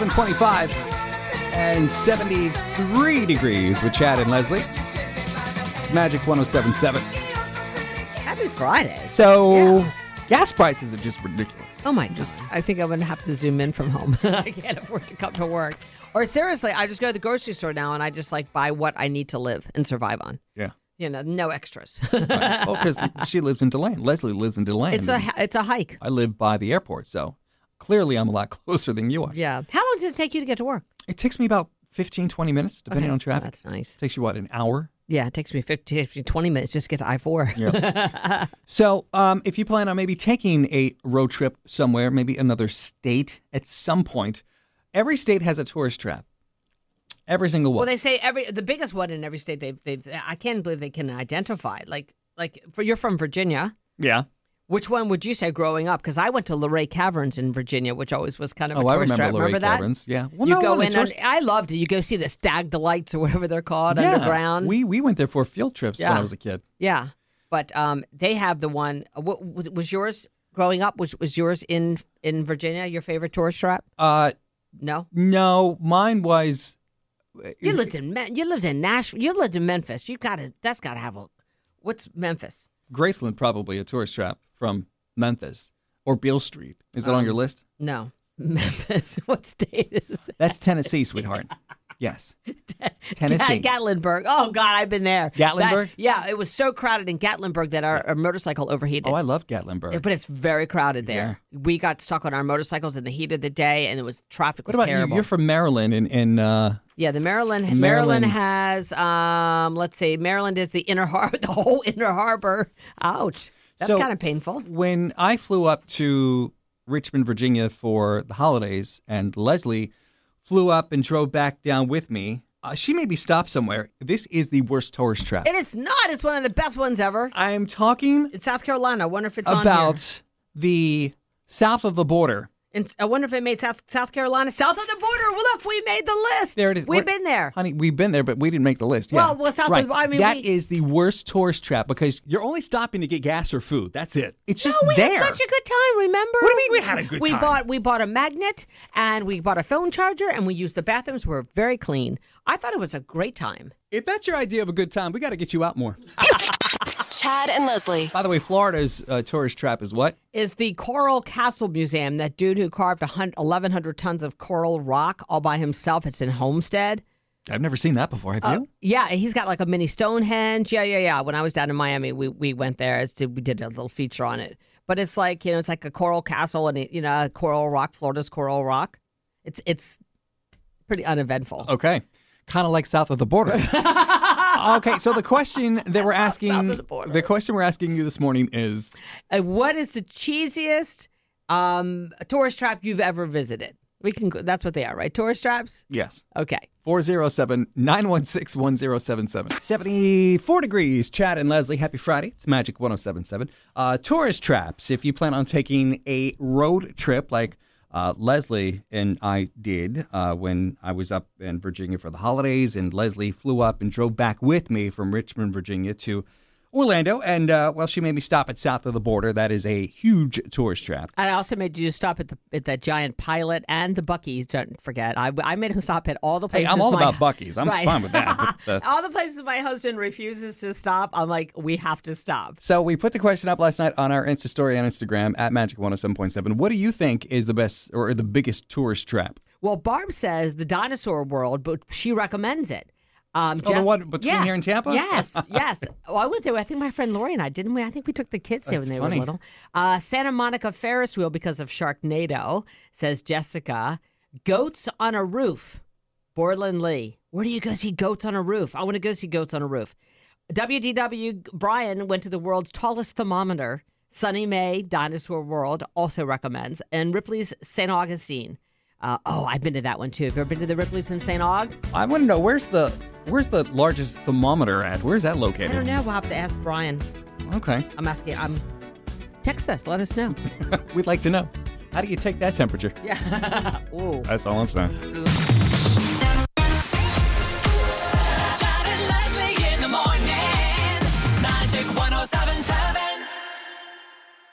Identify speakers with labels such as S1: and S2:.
S1: 725 and 73 degrees with Chad and Leslie. It's Magic 1077.
S2: Happy Friday.
S1: So, gas prices are just ridiculous.
S2: Oh my god. I think I'm gonna have to zoom in from home. I can't afford to come to work. Or seriously, I just go to the grocery store now and I just like buy what I need to live and survive on.
S1: Yeah.
S2: You know, no extras.
S1: Oh, because she lives in Delane. Leslie lives in Delane.
S2: it's a it's a hike.
S1: I live by the airport, so clearly I'm a lot closer than you are.
S2: Yeah. How long does it take you to get to work?
S1: It takes me about 15, 20 minutes, depending
S2: Okay,
S1: on traffic.
S2: That's nice.
S1: takes you, what, an hour?
S2: Yeah, it takes me 50, 50 20 minutes just to get to I four.
S1: So, um, if you plan on maybe taking a road trip somewhere, maybe another state at some point, every state has a tourist trap. Every single
S2: Well,
S1: one.
S2: they say every the biggest one in every state they've they've I can't believe they can identify. Like like for you're from Virginia.
S1: yeah.
S2: Which one would you say growing up? Because I went to Luray Caverns in Virginia, which always was kind of a
S1: Oh, I
S2: tourist
S1: remember
S2: trap.
S1: Luray
S2: Remember that?
S1: Caverns. Yeah. Well,
S2: you
S1: no,
S2: go
S1: one of the
S2: in.
S1: tourist-
S2: under- I loved it. You go see the stag delights or whatever they're called
S1: yeah.
S2: underground.
S1: We we went there for field trips when
S2: Yeah.
S1: I was a kid.
S2: yeah, but um, they have the one. uh, What was, was yours growing up? Was was yours in in Virginia? Your favorite tourist trap?
S1: Uh,
S2: No,
S1: no, mine was. Uh,
S2: you lived in Me- you lived in Nashville. You lived in Memphis. You got to that's got to have a. What's Memphis?
S1: Graceland, probably a tourist trap from Memphis or Beale Street. Is that on
S2: Um.
S1: your list?
S2: No, Memphis. What state is that?
S1: That's Tennessee, sweetheart. Yes. Tennessee.
S2: Gat- Gatlinburg. Oh God, I've been there.
S1: Gatlinburg?
S2: That- yeah, it was so crowded in Gatlinburg that our, our motorcycle overheated.
S1: Oh, I love Gatlinburg.
S2: but it's very crowded there. We got stuck on our motorcycles in the heat of the day, and it was traffic
S1: what
S2: was
S1: about
S2: terrible.
S1: you? You're from Maryland, and, and uh,
S2: yeah, the Maryland,
S1: Maryland.
S2: Maryland has um let's see, Maryland is the inner harbor, the whole inner harbor. Ouch, that's
S1: So-
S2: kind of painful.
S1: when I flew up to Richmond, Virginia for the holidays, and Leslie flew up and drove back down with me, uh, she made me stop somewhere. This is the worst tourist trap.
S2: It is not. It's one of the best ones ever.
S1: I am talking
S2: It's South Carolina. I wonder if it's on here.
S1: about the south of the border.
S2: And I wonder if it made South South Carolina south of the border. Well, look, we made the list.
S1: There it is.
S2: We've
S1: We're-
S2: been there.
S1: Honey, we've been there, but we didn't make the list.
S2: Well,
S1: yeah.
S2: well, South-
S1: right.
S2: I mean,
S1: That
S2: we-
S1: is the worst tourist trap because you're only stopping to get gas or food. That's it. It's just
S2: No, Oh, we
S1: there.
S2: had such a good time. Remember?
S1: What do you mean we had a good
S2: we
S1: time?
S2: bought we bought a magnet and we bought a phone charger and we used the bathrooms. were very clean. I thought it was a great time.
S1: if that's your idea of a good time, we got to get you out more.
S3: Chad and Leslie.
S1: By the way, Florida's uh, tourist trap is what?
S2: Is the Coral Castle Museum that dude who carved a hun- 1,100 tons of coral rock all by himself? It's in Homestead.
S1: I've never seen that before.
S2: Uh,
S1: Have you?
S2: Yeah, he's got like a mini Stonehenge. Yeah, yeah, yeah. When I was down in Miami, we, we went there. As to, we did a little feature on it. But it's like you know, it's like a coral castle and it, you know, coral rock. Florida's coral rock. It's it's pretty uneventful.
S1: Okay. Kind of like south of the border. okay, so the question that we're asking
S2: of the border.
S1: question we're asking you this morning is
S2: Uh, what is the cheesiest um, tourist trap you've ever visited? We can. go- That's what they are, right? Tourist traps.
S1: yes.
S2: Okay.
S1: 407-916-1077. 74 degrees. Chad and Leslie, happy Friday. It's Magic 1077. Uh, tourist traps. If you plan on taking a road trip like uh, Leslie and I did uh, when I was up in Virginia for the holidays, and Leslie flew up and drove back with me from Richmond, Virginia to Orlando. And, uh, well, she made me stop at south of the border. That is a huge tourist trap.
S2: And I also made you stop at the at that giant pilot and the Bucky's. Don't forget, I, I made him stop at all the
S1: Hey,
S2: places.
S1: I'm all
S2: my-
S1: about Bucky's. I'm
S2: Right.
S1: fine with that. But, uh,
S2: all the places my husband refuses to stop. I'm like, we have to stop.
S1: So we put the question up last night on our Insta story on Instagram at Magic 107.7. What do you think is the best or the biggest tourist trap?
S2: Well, Barb says the dinosaur world, but she recommends it. Um,
S1: Oh, the one between here and Tampa?
S2: Yes, yes. Oh, I went there. I think my friend Lori and I didn't we? I think we took the kids there when they
S1: funny.
S2: were little. Uh, Santa Monica Ferris wheel because of Sharknado, says Jessica. Goats on a roof, Borland Lee. Where do you go see goats on a roof? I want to go see goats on a roof. WDW Brian went to the world's tallest thermometer. Sunny May Dinosaur World also recommends, and Ripley's St. Augustine. Uh, oh, I've been to that one too. Have you ever been to the Ripley's in St. Aug?
S1: I want to know where's the where's the largest thermometer at? Where's that
S2: I
S1: located?
S2: don't know. We'll have to ask Brian.
S1: Okay,
S2: I'm asking. I'm text us. Let us know.
S1: we'd like to know. How do you take that temperature?
S2: Yeah. Ooh.
S1: That's all I'm saying.
S4: Chad and Leslie in the morning. Magic 1077.